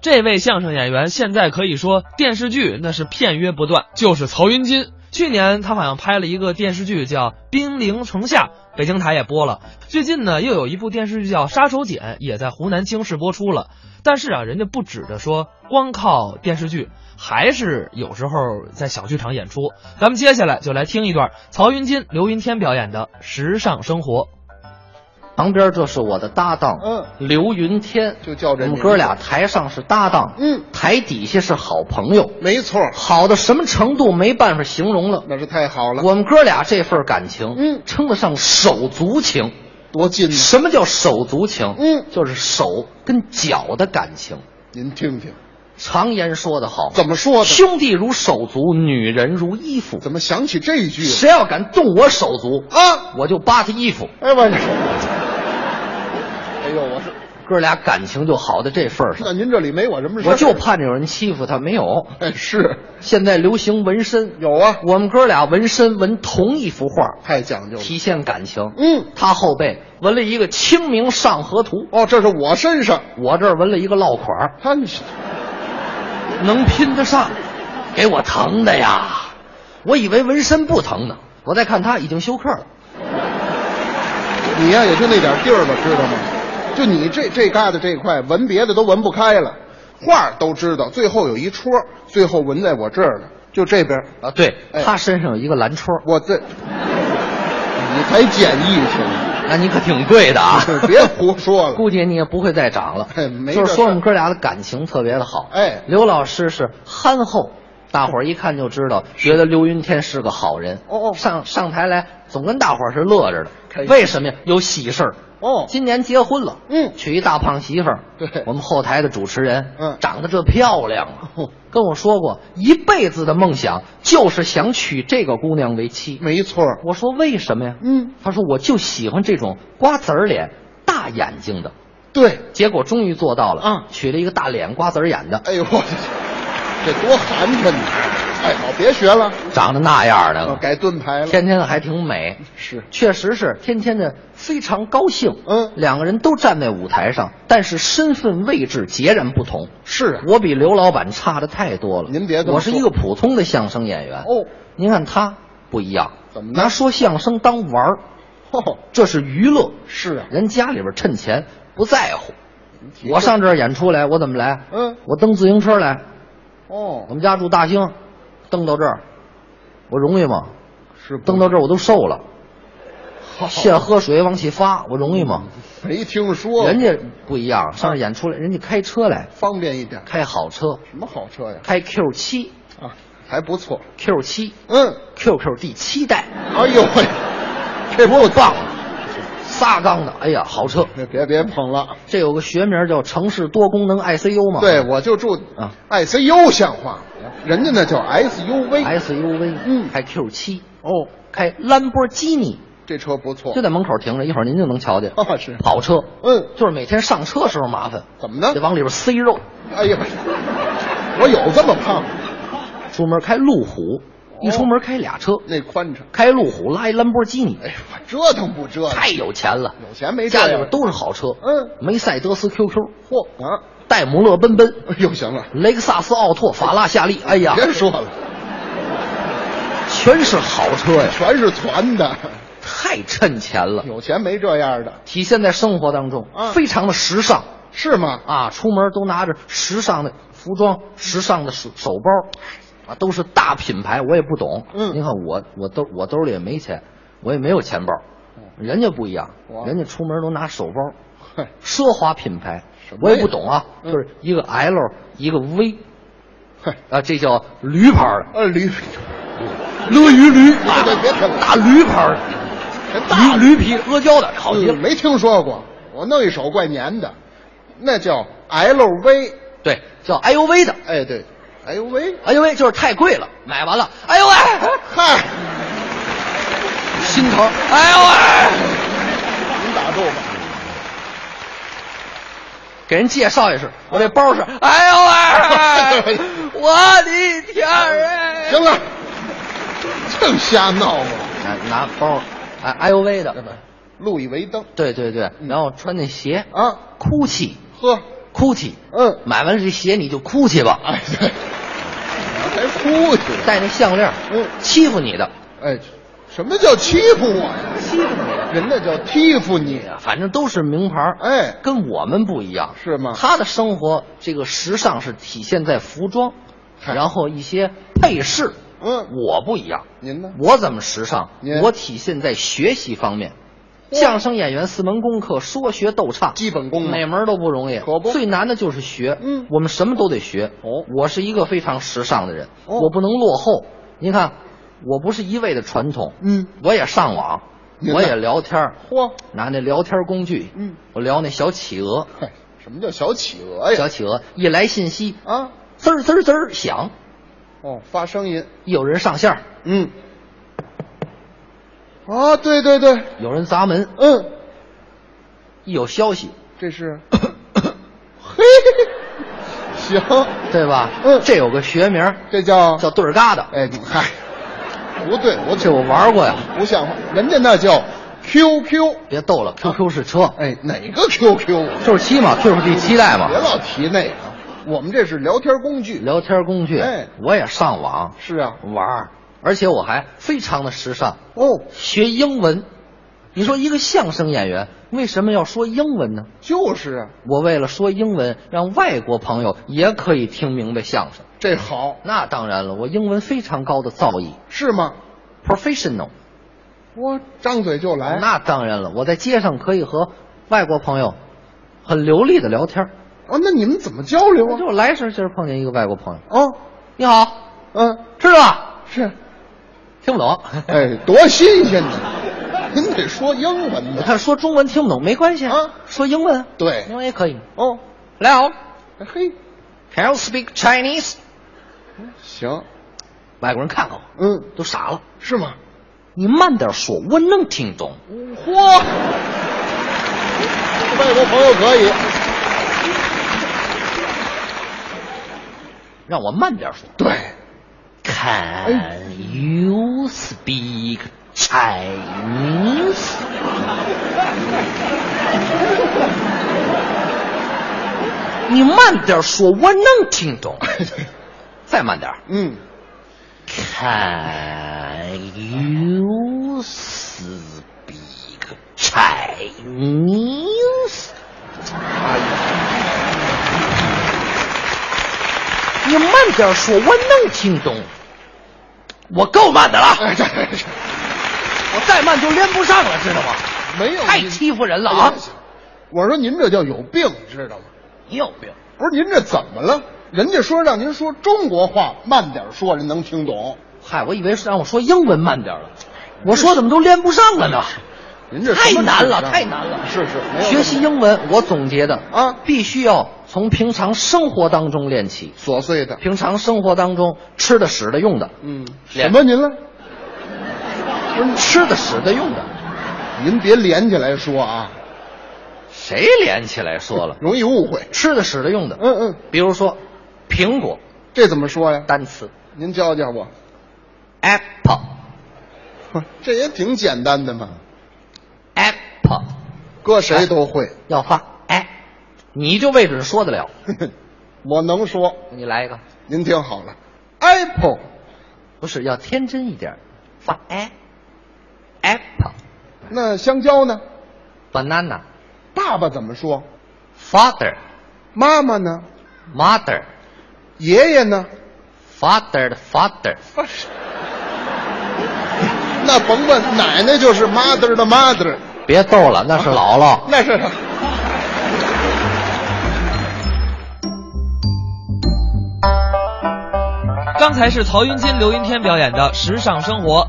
这位相声演员现在可以说电视剧那是片约不断，就是曹云金。去年他好像拍了一个电视剧叫《兵临城下》，北京台也播了。最近呢，又有一部电视剧叫《杀手锏》，也在湖南经视播出了。但是啊，人家不指着说光靠电视剧，还是有时候在小剧场演出。咱们接下来就来听一段曹云金、刘云天表演的《时尚生活》。旁边就是我的搭档，嗯，刘云天，就叫这我名们字哥俩台上是搭档，嗯，台底下是好朋友，没错，好到什么程度没办法形容了。那是太好了，我们哥俩这份感情，嗯称得上手足情。多近呢！什么叫手足情？嗯就是手跟脚的感情。您听听，常言说得好，怎么说的？兄弟如手足，女人如衣服。怎么想起这一句了谁要敢动我手足，啊？我就扒他衣服。哎我，哎呦，我是，哥俩感情就好到这份儿那上，您这里没我什么事儿我就盼着有人欺负他，没有。哎是现在流行纹身，有啊，我们哥俩纹身纹同一幅画，太讲究了。体现感情。嗯，他后背纹了一个《清明上河图》，哦，这是我身上，我这儿纹了一个落款儿，他能拼得上，给我疼的呀！我以为纹身不疼呢，我再看他已经休克了。你呀、也就那点地儿吧，知道吗？就你这这疙瘩这块，纹别的都纹不开了，画儿都知道，最后有一戳，最后纹在我这儿了，就这边儿，啊，对哎他身上有一个蓝戳儿，我这，你才简易 去呢，那你可挺贵的 啊！别胡说了。估计你也不会再长了。哎没就是说这事儿我们哥俩的感情特别的好。哎刘老师是憨厚，大伙儿一看就知道，觉得刘云天是个好人。哦哦上上台来总跟大伙儿是乐着的开。心为什么呀？有喜事儿。哦今年结婚了。嗯娶一大胖媳妇儿。对我们后台的主持人，嗯长得这漂亮啊哦，跟我说过，一辈子的梦想就是想娶这个姑娘为妻。没错 儿，我说为什么呀？嗯，他说我就喜欢这种瓜子儿脸、大眼睛的。对，结果终于做到了，嗯娶了一个大脸瓜子儿眼的，哎呦，我这这多寒碜呢！哎，好，别学了，长得那样啊的，改盾牌了。天天的还挺美，是确实是天天的非常高兴。嗯两个人都站在舞台上，但是身份位置截然不同。是啊，我比刘老板差的太多了，您别这么我是说一个普通的相声演员。哦，您看他不一样，怎么呢拿说相声当玩儿，哦，这是娱乐。是啊，人家里边趁钱不在乎，提我上这儿演出来，我怎么来？嗯我蹬自行车来，我哦，们家住大兴，蹬到这儿，我容易吗？是不蹬到这儿我都瘦了，好现喝水往起发，我容易吗？没听说，人家不一样，上演出来，人家开车来，方便一点。开好车，什么好车呀？开 Q 七、啊，还不错。 Q 七、嗯， QQ 第七代，哎呦喂，这不我棒了，仨缸的，哎呀，好车。别别别捧了。这有个学名叫城市多功能 ICU 嘛？对，我就住啊 ICU 像话吗，人家那叫哎 SUV。 ，SUV，嗯开 Q 七，哦，开兰博基尼，这车不错就。在门口停着，一会儿您就能瞧见。啊是跑车，嗯，就是每天上车时候麻烦，怎么呢得？往里边塞肉。哎呀，我有这么胖吗？出门开路虎，一出门开俩车，那宽敞。开路虎拉一兰博基尼哎，呀，我折腾不折腾？太有钱了。有钱没这家样里边都是好车，嗯，梅赛德斯 QQ，嚯啊！戴姆勒奔奔，哎呦，行了，雷克萨斯奥拓，法拉夏利，哎呀，别说了，全是好车呀，全是攒的，太趁钱了，有钱没这样的，体现在生活当中，哎嗯非常的时尚。是吗？ 啊，出门都拿着时尚的服装、时尚的手手包，啊，都是大品牌，我也不懂。嗯您看我我兜我兜里也没钱，我也没有钱包，人家不一样嗯哇，人家出门都拿手包嗨，奢华品牌什，么我呀也不懂啊，嗯就是一个 L 一个 V，嘿，啊，这叫驴牌儿呃，驴，的，勒鱼驴啊别别别，大驴牌儿这的，大驴驴皮阿胶的，好极嗯了。没听说过，我弄一手怪粘的，那叫 LV，对，叫 I U V 的哎对，LV， ，I U V 就是太贵了，买完了，哎呦喂！嗨，心疼。哎呦喂！您打住吧，给人介绍也是，我这包是，哎呦喂！ 我的天儿哎！行，了，净瞎闹嘛，拿拿包，哎哎呦喂的，路易威登嗯对对对，然后穿那鞋啊， ，GUCCI，呵，哭泣。嗯买完了这鞋你就哭去吧，哎，对，还哭去了。戴那项链，嗯欺负你的，哎，什么叫欺负我呀？欺负你的，人家叫欺负你啊！哎反正都是名牌儿，哎跟我们不一样，是吗他的生活这个时尚是体现在服装，嗨然后一些配饰，嗯我不一样，您呢？我怎么时尚您？我体现在学习方面。嚯相声演员四门功课，说学逗唱，基本功嘛哪门儿都不容易，可不最难的就是学。嗯我们什么都得学。哦我是一个非常时尚的人，哦我不能落后。您看，我不是一味的传统，嗯，我也上网，明白我也聊天儿，嚯，拿那聊天工具，嗯，我聊那小企鹅，嗨，什么叫小企鹅哎呀？小企鹅一来信息，啊，滋儿滋儿滋儿响，哦，发声音，一有人上线儿，嗯，啊，对对对，有人砸门，嗯，一有消息，这是， 嘿，行，对吧？嗯这有个学名儿这叫叫对儿疙瘩，哎，嗨，不对，我这我玩过呀，不像话，人家那叫 QQ，别逗了，QQ 是车哎，哪个 QQ 啊？就是七嘛，Q 是第七代嘛别，老提那个，我们这是聊天工具。聊天工具，哎我也上网是啊，玩儿，而且我还非常的时尚，哦，学英文。你说一个相声演员为什么要说英文呢？就是啊，我为了说英文，让外国朋友也可以听明白相声。这好那当然了，我英文非常高的造诣是吗？ ，professional。我张嘴就来。那当然了，我在街上可以和外国朋友很流利的聊天儿。啊，那你们怎么交流啊就？我来时候今儿碰见一个外国朋友，哦，你好，嗯，吃了？是，听不 懂。哎，多新鲜呢！您得说英文我呢。看说中文听不懂没关系啊说英文，对英文也可以。哦，哎 Hello, 嘿， can you speak Chinese？行，外国人看看我，嗯，都傻了。是吗？你慢点说，我能听懂。嚯，外国朋友可以。让我慢点说。对， Can you speak Chinese？你慢点说，我能听懂。 再慢点儿。嗯， Can you speak Chinese？你慢点说，我能听懂。我够慢的了，哎，这这这我再慢就连不上了，知道吗？没有太您欺负人了哎啊呀！我说您这叫有病，知道吗？你有病？不是您这怎么了？人家说让您说中国话，慢点说，人能听懂。嗨，我以为是让我说英文慢点了，我说怎么都连不上了 呢？您这太什么难了智，商太难了。是是，没有学习英文，我总结的啊必须要从平常生活当中练起。琐碎的。平常生活当中吃的、使的、用的，嗯，什连么您了？不是吃的、使的、用的，您别连起来说啊，谁连起来说了？容易误会。吃的、使的、用的，嗯嗯，比如说苹果这怎么说呀？单词您教教我， apple 不是这也挺简单的嘛， apple 搁谁都 会。要发哎，你就为准说得了。我能说，你来一个，您听好了，Apple 不是要天真一点，发哎 apple 那香蕉呢？ banana 爸爸怎么说？ father 妈妈呢？ mother 爷爷呢？ father 的 father 那甭问，奶奶就是 mother 的 mother，别逗了，那是姥姥。那是。刚才是曹云金、刘云天表演的《时尚生活》。